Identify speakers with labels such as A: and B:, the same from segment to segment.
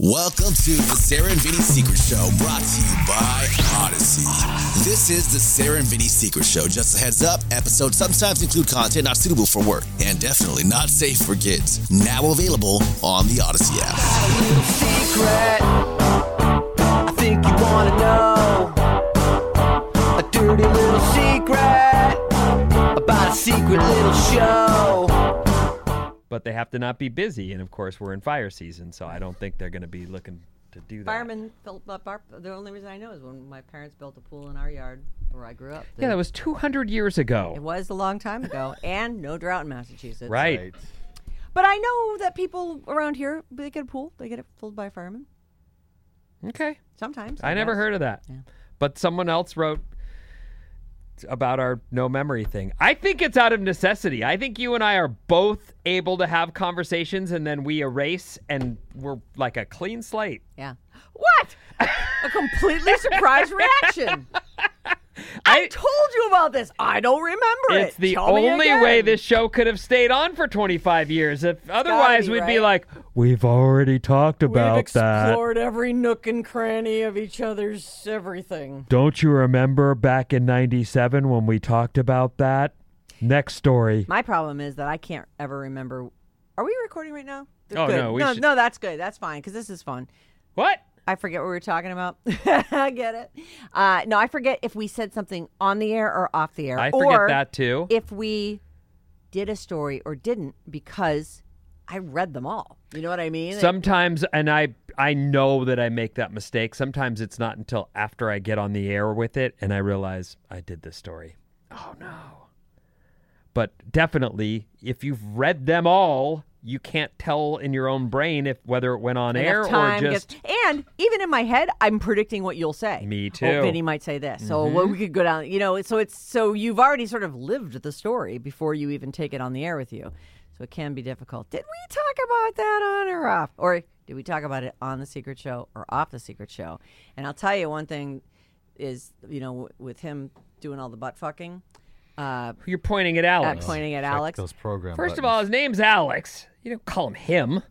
A: Welcome to the Sarah and Vinny Secret Show, brought to you by Odyssey. This is the Sarah and Vinny Secret Show. Just a heads up, episodes sometimes include content not suitable for work and definitely not safe for kids. Now available on the Odyssey app.
B: secret. I think you wanna know a dirty little secret about a secret little show.
C: but they have to not be busy. And of course, we're in fire season, so I don't think they're going to be looking to do that.
D: Firemen built up our. The only reason I know is when my parents built a pool in our yard where I grew up.
C: Yeah,
D: They-
C: that was 200 years
D: It
C: ago.
D: was a long time ago, and no drought in Massachusetts.
C: Right.
D: But I know that people around here they get a pool, they get it filled by firemen
C: Okay.
D: sometimes.
C: I never
D: guess.
C: heard of that. But someone else wrote about our no memory thing. I think it's out of necessity. I think you and I are both able to have conversations and then we erase and we're like a clean slate.
D: Yeah. What? a completely surprised reaction. I, told you about this. I don't remember
C: It's
D: it.
C: the
D: Tell me
C: only
D: again.
C: way this show could have stayed on for 25 years. If otherwise
D: be,
C: we'd be
D: right?
C: like, we've already talked about
D: We've
C: that.
D: explored every nook and cranny of each other's everything.
C: Don't you remember back in 97 when we talked about that? Next story.
D: My problem is that I can't ever remember. Are we recording right now?
C: Oh,
D: Good.
C: no, we
D: no,
C: should-
D: no, that's good. That's fine because this is fun.
C: What?
D: I forget what we were talking about. I get it. Uh, no, I forget if we said something on the air or off the air.
C: I forget
D: or
C: that too.
D: If we did a story or didn't because I read them all. You know what I mean?
C: Sometimes and I I know that I make that mistake. Sometimes it's not until after I get on the air with it and I realize I did this story. Oh no. But definitely if you've read them all, you can't tell in your own brain if whether it went on
D: Enough
C: air or
D: time gets-
C: just
D: and even in my head, I'm predicting what you'll say.
C: Me too. Mm-hmm.
D: Oh, Vinny might say this. So well, we could go down. You know, so it's so you've already sort of lived the story before you even take it on the air with you. So it can be difficult. Did we talk about that on or off, or did we talk about it on the Secret Show or off the Secret Show? And I'll tell you one thing is you know w- with him doing all the butt fucking, uh,
C: you're pointing at
D: at
C: Alex.
D: pointing at Alex.
E: program.
C: First of all, his name's Alex. You don't call him him.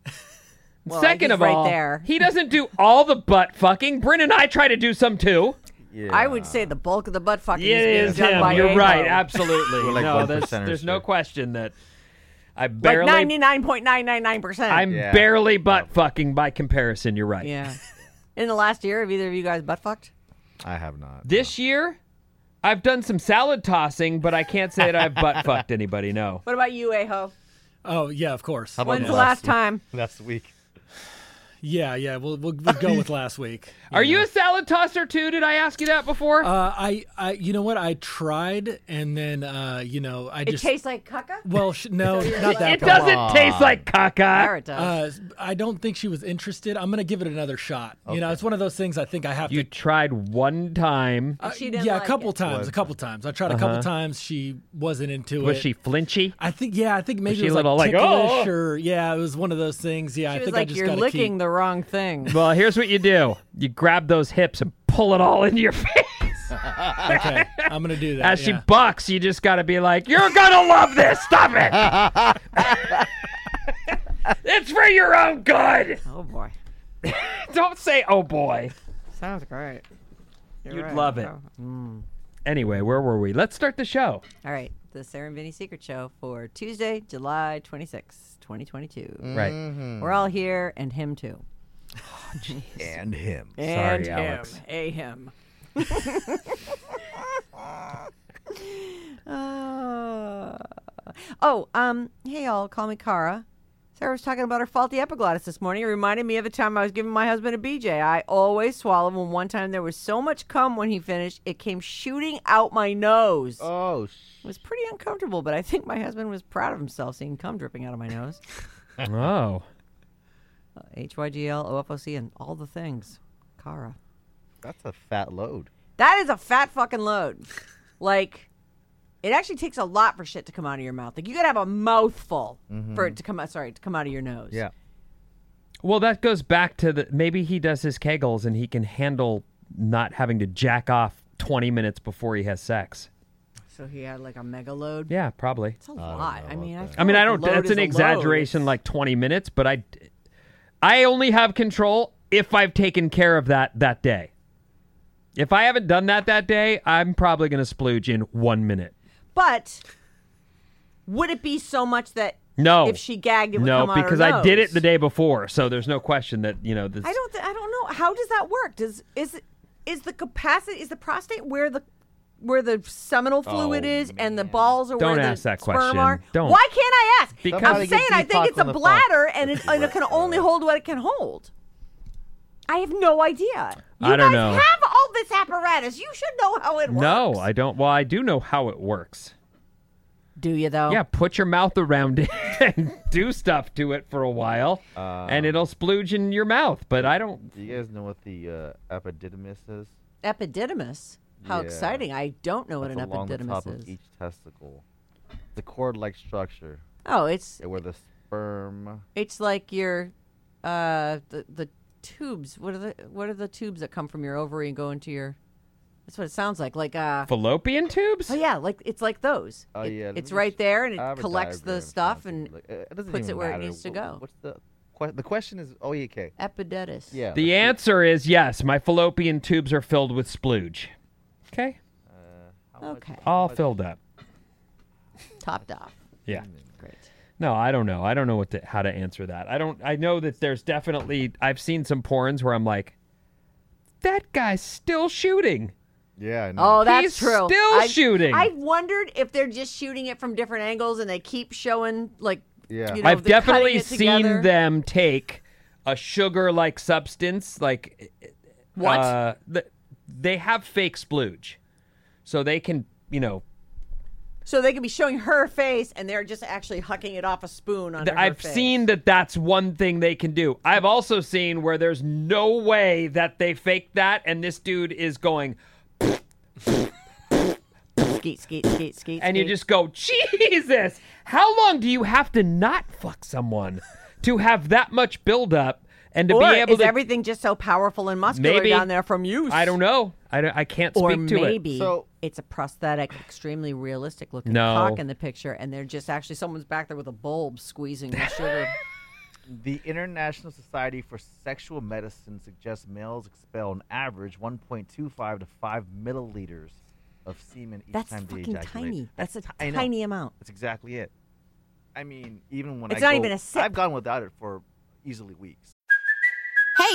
D: Well,
C: Second
D: he's
C: of
D: right
C: all,
D: there.
C: he doesn't do all the butt fucking. Bryn and I try to do some too.
D: I would say the bulk of the butt fucking
C: It
D: being
C: is
D: done
C: him.
D: by
C: You're
D: Amo.
C: right. Absolutely.
E: We're like
C: no,
E: 1%
C: there's,
E: or
C: there's
E: so.
C: no question that I
D: Like
C: barely,
D: ninety nine point nine nine nine percent.
C: I'm
E: Yeah.
C: barely butt fucking by comparison. You're right.
D: Yeah. In the last year, have either of you guys butt fucked?
E: I have not.
C: This year, I've done some salad tossing, but I can't say that I've butt fucked anybody. No.
D: What about you, Aho?
F: Oh yeah, of course.
E: How about
D: When's the last
E: last
D: time?
E: last week.
F: Yeah, yeah. We'll we'll, we'll go with last week.
C: Are you a salad tosser too? Did I ask you that before?
F: Uh, I I you know what I tried and then uh, you know I
D: It
F: just
D: tastes like caca?
F: well sh- no not that
C: it
F: bad.
C: doesn't taste like
D: There
C: caca.
D: it does.
F: Uh, I don't think she was interested. I'm gonna give it another shot. You know, it's one of those things I think I have
C: You
F: to.
C: tried one time.
F: Uh,
D: she didn't
F: yeah,
D: like
F: a couple
D: it.
F: times. A couple times. I tried a couple times. She wasn't into
C: Uh-huh. Was
F: it.
C: she flinchy?
F: I think yeah. I think maybe
C: she
F: it was
C: a little
F: like
C: like,
F: ticklish
C: "Oh!"
F: or yeah. It was one of those things. Yeah, I
D: she was
F: think I
D: like,
F: just
D: you're
F: gotta
D: licking
F: keep.
D: the wrong thing.
C: Well, here's what you do. You grab those hips and pull it all into your
D: Oh,
C: face.
F: Okay, I'm gonna do that.
C: As she
F: yeah.
C: bucks, you just got to be like, "You're gonna love this. Stop it. it's for your own good."
D: Oh, boy.
C: Don't say, "Oh boy."
D: Sounds great. Oh.
C: You'd love it. Anyway, where Mm. were we? Let's start the show.
D: All right. the Sarah and Vinny Secret Show for Tuesday, July 26, 2022.
C: Right.
F: Mm.
D: We're all here and him too.
E: and him.
D: And
C: Sorry,
D: him.
C: Alex.
D: A him. Uh, oh, um, hey y'all, call me Cara. Sarah was talking about her faulty epiglottis this morning. It reminded me of the time I was giving my husband a BJ. I always swallow, and one time there was so much cum when he finished, it came shooting out my nose.
E: Oh, sh-
D: It was pretty uncomfortable, but I think my husband was proud of himself seeing cum dripping out of my nose.
C: Oh.
D: H Y G L O F O C and all the things. Cara.
E: that's a fat load.
D: That is a fat fucking load. Like, it actually takes a lot for shit to come out of your mouth. Like, you gotta have a mouthful for it to come out. Sorry, to come out of your nose.
E: Mm-hmm. Yeah.
C: Well, that goes back to the maybe he does his kegels and he can handle not having to jack off 20 minutes before he has sex.
D: So he had like a mega load.
C: Yeah, probably.
D: It's a lot. I mean, I, feel
C: I mean, I
D: like
C: don't.
D: load
C: That's
D: is
C: an
D: a load.
C: exaggeration,
D: It's-
C: like twenty minutes. But I, I only have control if I've taken care of that that day. If I haven't done that that day, I'm probably going to splooge in one minute.
D: But would it be so much that
C: No.
D: if she gagged, it would
C: no,
D: come out her
C: because I did it the
D: nose?
C: day before, so there's no question that you know this.
D: I don't. Th- I don't know. How does that work? Does is it- is the capacity is the prostate where the where the seminal fluid is and the balls are
C: Don't
D: where
C: ask
D: the
C: that
D: sperm
C: question.
D: are?
C: Don't.
D: Why can't I ask?
C: Because-
D: I'm
E: Somebody get
D: saying I think
E: Deepak
D: it's
E: on
D: a
E: the phone.
D: bladder and it, and it can only hold what it can hold. I have no idea. You
C: I don't
D: guys
C: know.
D: have all this apparatus. You should know how it works.
C: No, I don't. Well, I do know how it works.
D: do you though?
C: Yeah, put your mouth around it and do stuff to it for a while,
D: Uh.
C: and it'll splooge in your mouth. But I don't.
E: Do you guys know what the uh, epididymis is?
D: Epididymis. How
E: Yeah.
D: exciting! I don't know what
E: That's
D: an
E: along the top
D: epididymis
E: of
D: is.
E: each testicle. The cord-like structure
D: Oh, it's
E: where the sperm.
D: It's like your uh the the tubes. What are the what are the tubes that come from your ovary and go into your That's what it sounds like. Like uh
C: Fallopian tubes?
D: Oh yeah, like it's like those.
E: Oh
D: It-
E: yeah.
D: It's
E: let me
D: right
E: sh-
D: there and
E: I have
D: it
E: a
D: collects
E: diagram
D: the
E: in
D: stuff
E: front of
D: and
E: me. Like, uh, it doesn't
D: puts
E: even
D: it where it
E: matter.
D: needs to
E: Wh-
D: go.
E: What's the que- the question is? Oh, yeah, okay.
D: epididymis.
E: Yeah.
C: The
E: let's
C: answer is yes. My fallopian tubes are filled with splooge. Okay,
E: see. How much-
D: Okay.
C: all filled up.
D: Topped off.
C: Yeah.
D: Great.
C: No, I don't know. I don't know what to, how to answer that. I don't. I know that there's definitely. I've seen some porns where I'm like, that guy's still shooting.
E: Yeah. I know.
D: Oh, that's
C: He's
D: true.
C: still
D: I've-
C: shooting.
D: I've wondered if they're just shooting it from different angles and they keep showing like
E: Yeah.
D: you know,
C: I've
D: they're cutting
C: definitely
D: it
C: seen
D: together.
C: them take a sugar-like substance, like
D: What?
C: Uh, th- they have fake splooge, so they can you know
D: so they could be showing her face and they're just actually hucking it off a spoon on
C: Th-
D: her
C: I've
D: face.
C: seen that that's one thing they can do. I've also seen where there's no way that they fake that, and this dude is going,
D: skeet skeet skeet skeet
C: and you
D: skeet.
C: just go, Jesus, how long do you have to not fuck someone to have that much buildup and to
D: or
C: be able
D: is
C: to?
D: everything just so powerful and muscular
C: Maybe.
D: down there from use?
C: I don't know. I, don't, I can't
D: Or
C: speak to it.
D: maybe
E: So-
D: it's a prosthetic, extremely realistic looking
C: No.
D: cock in the picture, and they're just actually someone's back there with a bulb squeezing the sugar.
E: The International Society for Sexual Medicine suggests males expel an average 1.25 to 5 milliliters of semen each
D: That's
E: time they
D: fucking
E: ejaculate.
D: tiny. That's a
E: ti- I know.
D: tiny amount.
E: That's exactly it. I mean, even when
D: It's
E: I
D: not
E: go-
D: even a sip.
E: I've gone without it for easily weeks.
G: Hey,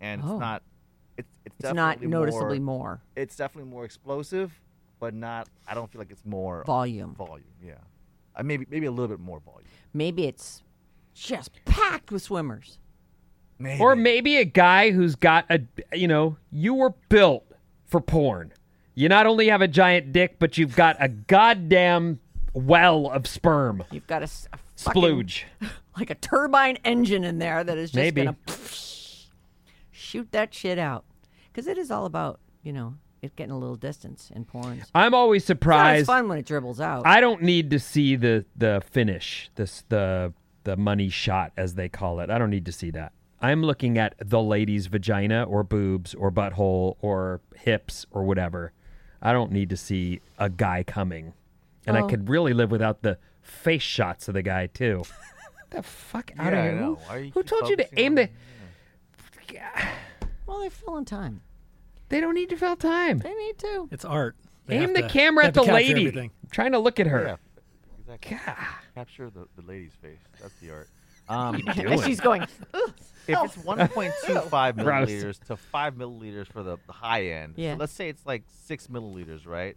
E: And
D: Oh.
E: it's not it's it's,
D: It's not
E: definitely
D: noticeably
E: more,
D: more
E: It's definitely more explosive, but not I don't feel like it's more
D: volume.
E: volume, yeah. Uh, maybe maybe a little bit more volume.
D: Maybe it's just packed with swimmers.
E: Maybe.
C: Or maybe a guy who's got a, you know, you were built for porn. You not only have a giant dick, but you've got a goddamn well of sperm.
D: You've got a, s- a fucking-
C: Splooge.
D: like a turbine engine in there that is just
C: Maybe.
D: gonna shoot that shit out because it is all about you know It's getting a little distance in porn. It's
C: I'm always
D: always
C: surprised.
D: fun when it dribbles out.
C: I don't need to see the the finish, this the the money shot as they call it. I don't need to see that. I'm looking at the lady's vagina or boobs or butthole or hips or whatever. I don't need to see a guy coming. And
D: Oh.
C: I could really live without the face shots of the guy too. the fuck out
E: Yeah, I
C: of here.
E: know.
C: Who,
E: Why you
C: who
E: keep
C: told you to
E: focusing
C: aim
E: on
C: the
D: well, they're filling time.
C: They don't need to fill time.
D: They need to.
F: It's art. They
C: aim
F: have
C: the
F: to-
C: camera
F: they
C: at the
F: have to capture
C: lady.
F: everything.
C: I'm trying to look at her.
E: Yeah, exactly. Capture the, the lady's face. That's the art. Um,
D: And she's going. "Ugh."
E: if it's 1.25
C: Gross.
E: milliliters to 5 milliliters for the, the high end, so
D: Yeah.
E: let's say it's like 6 milliliters, right?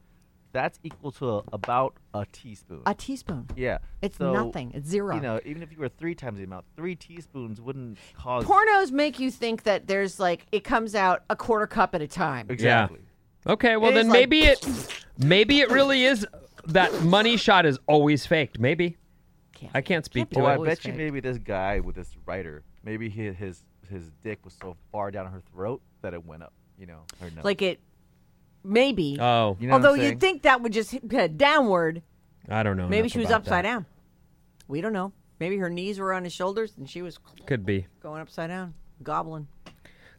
E: That's equal to about a teaspoon.
D: A teaspoon.
E: yeah.
D: It's
E: So,
D: nothing. It's zero.
E: You know, even if you were three times the amount, three teaspoons wouldn't cause.
D: Pornos make you think that there's like it comes out a quarter cup at a time.
E: Exactly.
C: Okay, well
D: It
C: then
D: is like-
C: maybe it maybe it really is that money shot is always faked. Maybe.
D: Can't
C: I can't speak
D: Can't
C: to
E: Or
C: it.
E: I
D: Always
E: bet you
D: fake.
E: maybe this guy with this writer, maybe his, his his dick was so far down her throat that it went up. You know, her nose.
D: Like it, maybe.
C: Oh,
E: You know what I'm
D: Although you'd
E: saying?
D: think that would just hit- head downward.
C: I don't know.
D: Maybe
C: enough
D: she was
C: about
D: upside
C: that.
D: down. We don't know. Maybe her knees were on his shoulders and she was
C: Could be.
D: going upside down, gobbling.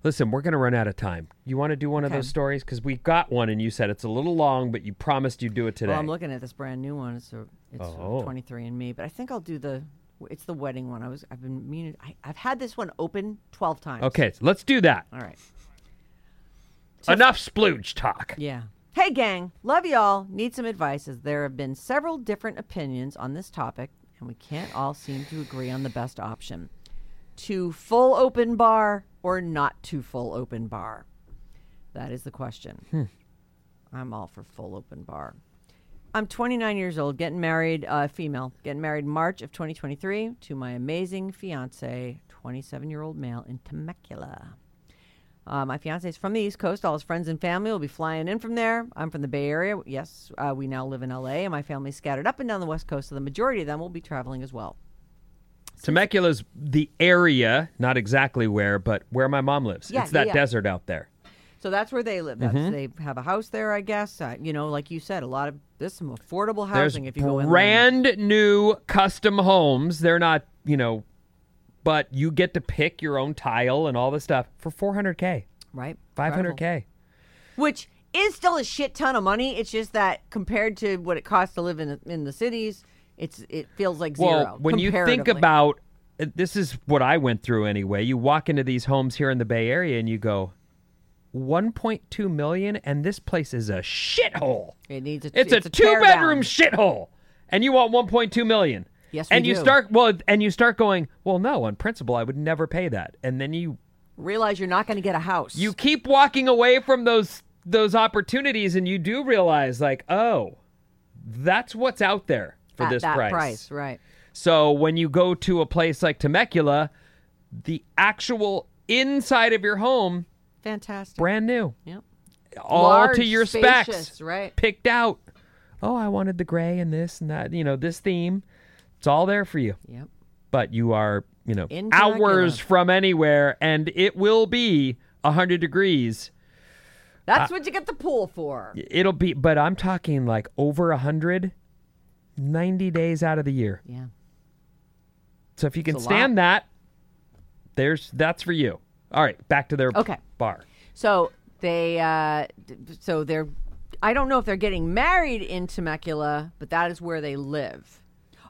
C: Listen, we're going to run out of time. You want to do one of
D: Okay.
C: those stories cuz we got one and you said it's a little long but you promised you'd do it today.
D: Well, I'm looking at this brand new one. It's a, it's
C: Oh.
D: 23 and Me, but I think I'll do the. It's the wedding one. I was. I've been meaning. I, I've had this one open 12 times.
C: okay, so let's do that.
D: All right.
C: Enough splooge talk.
D: Yeah. Hey, gang. Love y'all. Need some advice as there have been several different opinions on this topic, and we can't all seem to agree on the best option to full open bar or not to full open bar? That is the question. I'm all for full open bar. I'm 29 years old, getting married, uh, female, getting married March of 2023 to my amazing fiance, 27 year old male in Temecula. Uh, my fiance is from the East Coast. All his friends and family will be flying in from there. I'm from the Bay Area. Yes, uh, we now live in LA, and my family's scattered up and down the West Coast, so the majority of them will be traveling as well.
C: Temecula's the area, not exactly where, but where my mom lives.
D: Yeah,
C: it's that
D: yeah, yeah.
C: desert out there.
D: So that's where they live. That's,
C: Mm-hmm.
D: They have a house there, I guess. Uh, you know, like you said, a lot of there's some affordable
C: There's
D: housing if you go in.
C: brand new custom homes. They're not, you know, but you get to pick your own tile and all this stuff for 400k,
D: right?
C: 500k.
D: which is still a shit ton of money. It's just that compared to what it costs to live in in the cities, it's it feels like zero.
C: Well, when you think
D: comparatively.
C: about this is what I went through anyway. You walk into these homes here in the Bay Area and you go 1.2 million and this place is a shithole.
D: it needs a,
C: It's, a, two
D: tear
C: bedroom
D: down.
C: shithole, and you want 1.2 million.
D: Yes, we
C: and you
D: do.
C: start well, and you start going. Well, no, on principle, I would never pay that. And then you
D: Realize you're not going to get a house.
C: you keep walking away from those those opportunities, and you do realize like, oh, that's what's out there for
D: at
C: this
D: that
C: price.
D: price, right?
C: So when you go to a place like Temecula, the actual inside of your home,
D: Fantastic.
C: brand new,
D: yep.
C: all
D: Large,
C: to your
D: spacious,
C: specs,
D: right?
C: picked out. Oh, I wanted the gray and this and that, you know, this theme. It's all there for you.
D: Yep.
C: But you are, you know,
D: In
C: hours
D: Temecula.
C: from anywhere and it will be 100 degrees.
D: That's what you get the pool for.
C: It'll be, but I'm talking like over 100, 90 days out of the year.
D: Yeah.
C: So if you can
D: a lot.
C: stand that, there's that's for you. All right, back to their
D: Okay.
C: bar.
D: So they, uh, d- so they're, I don't know if they're getting married in Temecula, but that is where they live.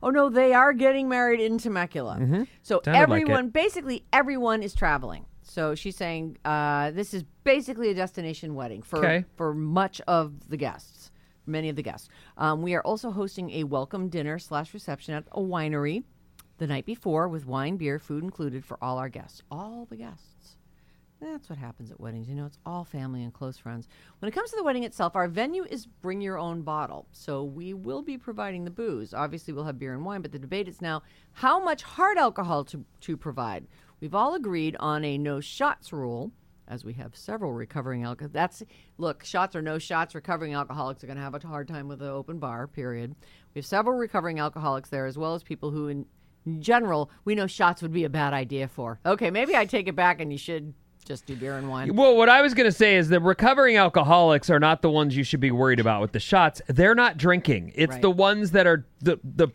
D: Oh no, they are getting married in Temecula. So
C: Mm-hmm. Sounded like it.
D: everyone, basically everyone is traveling. So she's saying uh, this is basically a destination wedding for
C: Okay.
D: for much of the guests, many of the guests. Um, we are also hosting a welcome dinner slash reception at a winery the night before with wine, beer, food included for all our guests, all the guests. That's what happens at weddings. You know, it's all family and close friends. When it comes to the wedding itself, our venue is bring your own bottle. So we will be providing the booze. Obviously, we'll have beer and wine, but the debate is now how much hard alcohol to, to provide. We've all agreed on a no shots rule, as we have several recovering alcoholics. That's, look, shots or no shots, recovering alcoholics are going to have a hard time with an open bar, period. We have several recovering alcoholics there, as well as people who, in general, we know shots would be a bad idea for. Okay, maybe I take it back and you should just do beer and wine.
C: Well, what I was going to say is that recovering alcoholics are not the ones you should be worried about with the shots. They're not drinking. It's
D: Right.
C: the ones that are the the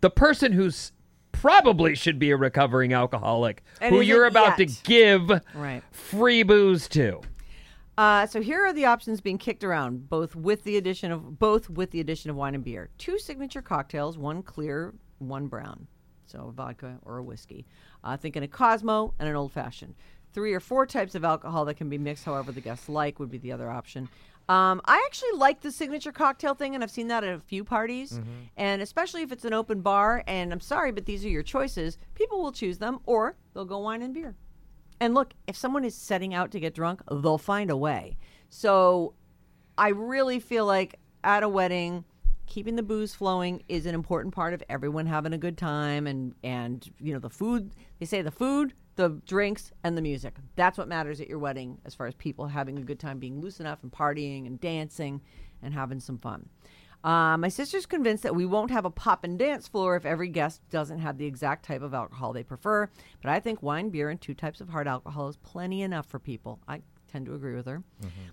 C: the person who's probably should be a recovering alcoholic
D: And
C: who
D: isn't
C: you're about
D: yet.
C: to give
D: Right.
C: free booze to.
D: Uh, so here are the options being kicked around, both with the addition of both with the addition of wine and beer. Two signature cocktails, one clear, one brown. So a vodka or a whiskey. Uh, thinking a Cosmo and an old fashioned. Three or four types of alcohol that can be mixed however the guests like would be the other option. Um, I actually like the signature cocktail thing, and I've seen that at a few parties, and especially if it's an open bar. And I'm sorry, but these are your choices. People will choose them, or they'll go wine and beer. And look, if someone is setting out to get drunk, they'll find a way. So I really feel like at a wedding, keeping the booze flowing is an important part of everyone having a good time and and you know the food they say the food the drinks and the music that's what matters at your wedding as far as people having a good time being loose enough and partying and dancing and having some fun uh, my sister's convinced that we won't have a pop and dance floor if every guest doesn't have the exact type of alcohol they prefer. But I think wine, beer, and two types of hard alcohol is plenty enough for people. I tend to agree with her.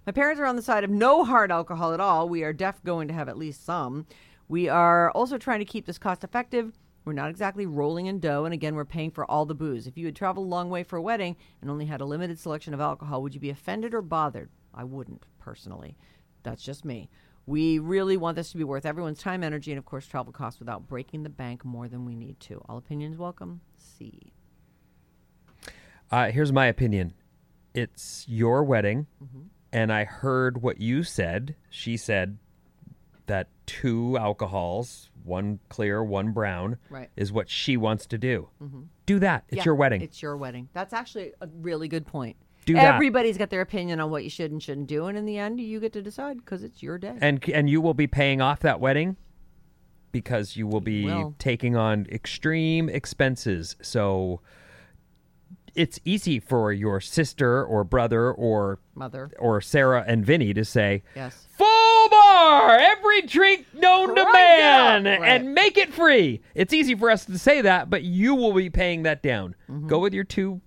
D: My parents are on the side of no hard alcohol at all. We are def going to have at least some. We are also trying to keep this cost effective. We're not exactly rolling in dough, and again, we're paying for all the booze. If you had traveled a long way for a wedding and only had a limited selection of alcohol, would you be offended or bothered? I wouldn't, personally. That's just me. We really want this to be worth everyone's time, energy, and of course, travel costs without breaking the bank more than we need to. All opinions welcome. C.
C: Uh, here's my opinion. It's your wedding,
D: Mm-hmm.
C: and I heard what you said. She said that two alcohols, one clear, one brown,
D: Right. Mm-hmm.
C: is what she wants to do. Do that. It's
D: Yeah,
C: your wedding.
D: It's your wedding. That's actually a really good point.
C: Do that.
D: Everybody's got their opinion on what you should and shouldn't do, and in the end, you get to decide because it's your day.
C: and and you will be paying off that wedding because you will be
D: will.
C: taking on extreme expenses. So it's easy for your sister or brother or
D: Mother.
C: or Sarah and Vinny to say,
D: Yes.
C: Full bar, every drink known to
D: Right
C: man,
D: up. Right.
C: and make it free. It's easy for us to say that, but you will be paying that down.
D: Mm-hmm.
C: Go with your two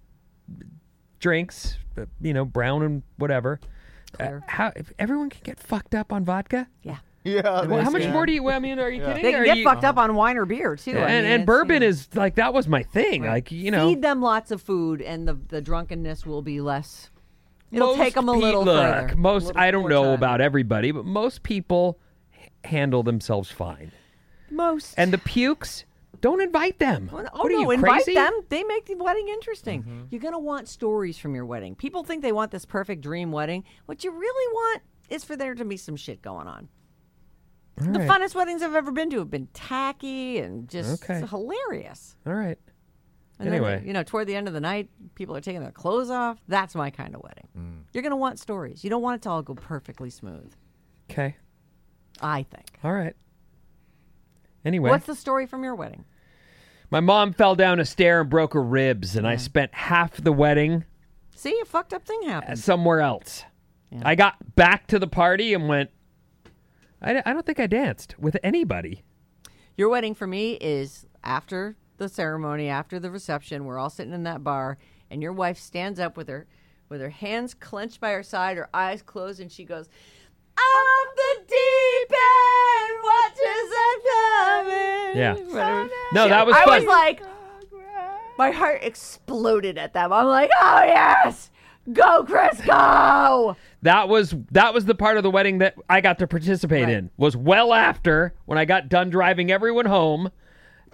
C: drinks, uh, you know, brown and whatever. Uh,
D: Clear.
C: how if everyone can get fucked up on vodka?
D: Yeah. Oh,
E: Yeah.
C: Well, how much more do you? I mean, are you kidding?
D: They
C: Are
D: can get
C: you-
D: fucked up on wine or beer, too. I
C: And,
D: mean,
C: and
D: it's,
C: bourbon
D: you know.
C: is like that was my thing. Like you know,
D: Feed them lots of food, and the, the drunkenness will be less. It'll
C: most
D: take them a
C: pe-
D: little
C: look,
D: further.
C: Most
D: a little
C: I don't
D: more
C: know
D: time.
C: about everybody, but most people h- handle themselves fine.
D: most.
C: And the pukes, don't invite them.
D: Well, Oh
C: what are
D: no!
C: you
D: invite
C: crazy? Mm-hmm.
D: them. They make the wedding interesting. You're gonna want stories from your wedding. People think they want this perfect dream wedding. What you really want is for there to be some shit going on. the
C: right.
D: funnest weddings I've ever been to have been tacky and just
C: Okay.
D: hilarious.
C: All right.
D: And then,
C: Anyway.
D: you know, toward the end of the night, people are taking their clothes off. That's my kind of wedding.
C: Mm.
D: You're gonna want stories. You don't want it to all go perfectly smooth.
C: Okay.
D: I think.
C: All right. Anyway,
D: What's the story from your wedding?
C: my mom fell down a stair and broke her ribs, and I spent half the wedding
D: See, a fucked up thing happened.
C: somewhere else. I got back to the party and went. I, I don't think I danced with anybody.
D: Your wedding for me is after the ceremony, after the reception. We're all sitting in that bar, and your wife stands up with her, with her hands clenched by her side, her eyes closed, and she goes, "Out of the deep end, watches us coming."
C: Yeah.
D: Whatever.
C: No, that was
D: I
C: fun.
D: was like, my heart exploded at them. I'm like, "Oh yes, go Chris, go!"
C: that was that was the part of the wedding that I got to participate in. Was well after when I got done driving everyone home,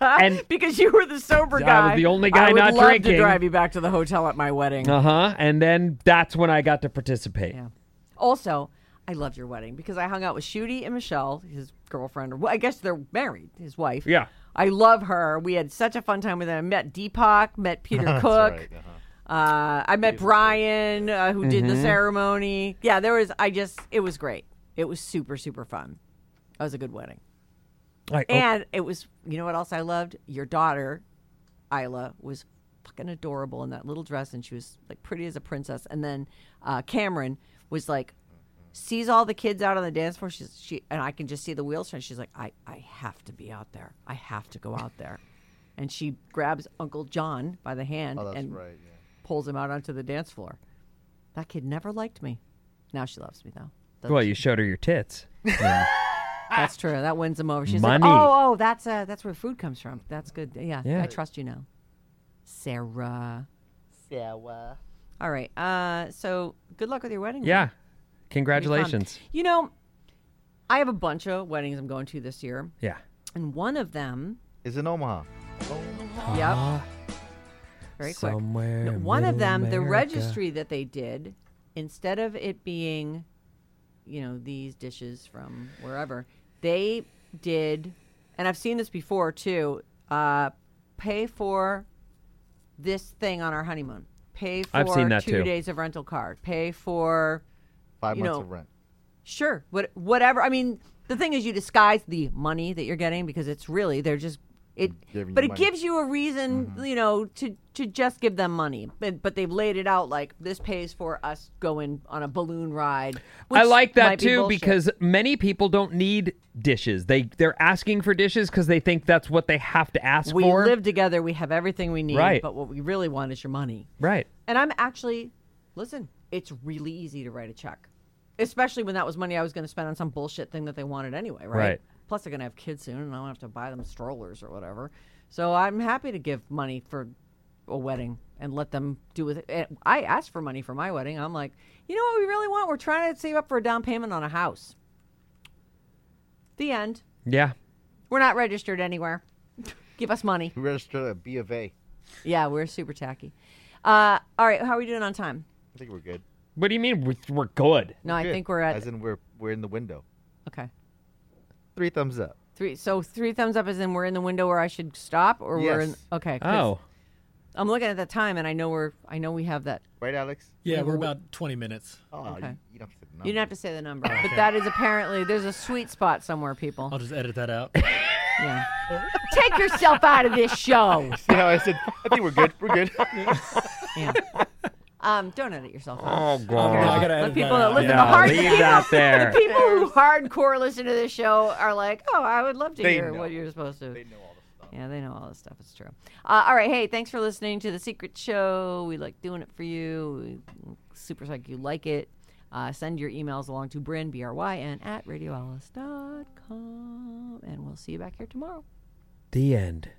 C: and
D: Because you were the sober
C: I
D: guy.
C: was the only guy
D: I would
C: not
D: love
C: drinking.
D: to drive you back to the hotel at my wedding.
C: uh huh, and then that's when I got to participate.
D: Yeah. Also, I loved your wedding because I hung out with Shooty and Michelle, his girlfriend, or well, I guess they're married, his wife.
C: Yeah.
D: I love her. We had such a fun time with them. I met Deepak, met Peter Cook. uh, I met Brian, uh, who did the ceremony. Yeah, there was, I just, it was great. It was super, super fun. That was a good wedding.
C: All right, oh,
D: And it was, you know what else I loved? Your daughter, Isla, was fucking adorable in that little dress, and she was like pretty as a princess. And then uh, Cameron was like, sees all the kids out on the dance floor. She's, she and I can just see the wheels turn. She's like, I, I have to be out there. I have to go out there. And she grabs Uncle John by the hand and
E: Right.
D: pulls him out onto the dance floor. That kid never liked me. Now she loves me though. Doesn't
C: Well,
D: she?
C: you showed her your tits.
D: Mm-hmm. that's true. That wins him over. She's
C: Money.
D: like, oh, oh, that's uh, that's where food comes from. That's good. Yeah,
C: Yeah.
D: I trust you now, Sarah. Sarah. All right. Uh, so good luck with your wedding.
C: yeah.
D: It'll be fun.
C: Congratulations.
D: You know, I have a bunch of weddings I'm going to this year,
C: Yeah.
D: and one of them.
E: Is in Omaha.
D: Yep. very quick.
C: Ah, Somewhere
D: No,
C: in
D: one of
C: Middle
D: them, the
C: America.
D: registry that they did, instead of it being, you know, these dishes from wherever, they did, and I've seen this before too. Uh, pay for this thing on our honeymoon. Pay for
C: I've seen that,
D: two
C: too.
D: days of rental car. Pay for
E: Five
D: You
E: months
D: know,
E: of rent.
D: Sure. What whatever. I mean, the thing is, you disguise the money that you're getting because it's really they're just it.
C: Mm,
E: Giving
D: But it
E: you money.
D: gives you a reason,
C: Mm-hmm.
D: you know, to to just give them money. But but they've laid it out like this pays for us going on a balloon ride.
C: I
D: which
C: like
D: might
C: that
D: be
C: too
D: bullshit.
C: because many people don't need dishes. They they're asking for dishes because they think that's what they have to ask
D: we
C: for.
D: live together, we have everything we need.
C: Right.
D: But what we really want is your money.
C: right.
D: And I'm actually, listen, it's really easy to write a check, especially when that was money I was going to spend on some bullshit thing that they wanted anyway, right?
C: Right.
D: Plus, they're going to have kids soon, and I don't have to buy them strollers or whatever. So I'm happy to give money for a wedding and let them do with it. And I asked for money for my wedding. I'm like, you know what we really want? We're trying to save up for a down payment on a house. The end.
C: Yeah.
D: We're not registered anywhere. Give us money.
E: We registered at B of A.
D: Yeah, we're super tacky. Uh, all right, how are we doing on time?
E: I think we're good.
C: What do you mean we're, we're good?
D: No, I
E: Good.
D: think we're at
E: As in we're we're in the window.
D: Okay.
E: Three thumbs up.
D: Three. So three thumbs up is in we're in the window where I should stop, or we're in.
E: Yes.
D: Okay. 'cause
C: Oh,
D: I'm looking at the time, and I know we're. I know we have that.
E: Right, Alex?
F: Yeah, we're about 20 minutes.
E: Oh,
D: Okay.
E: you, you don't have to
D: You didn't have to say the number, but that is apparently there's a sweet spot somewhere, people.
F: I'll just edit that out.
D: Yeah. Take yourself out of this show.
E: See how I said, I think we're good. We're good.
D: Yeah. Um, don't edit yourself out.
F: Yeah, I gotta
D: The
F: edit
D: people
F: that
D: that listen to
F: out.
C: yeah,
D: hard,
C: leave that there.
D: people who hardcore listen to this show are like, oh, I would love to
E: They
D: hear
E: know.
D: what you're supposed to. They
E: know all this stuff.
D: Yeah, they know all this stuff. It's true. Uh, all right. Hey, thanks for listening to The Secret Show. We like doing it for you. We super psych you like it. Uh, send your emails along to Bryn, B R Y N, at radioalice.com. And we'll see you back here tomorrow.
C: the end.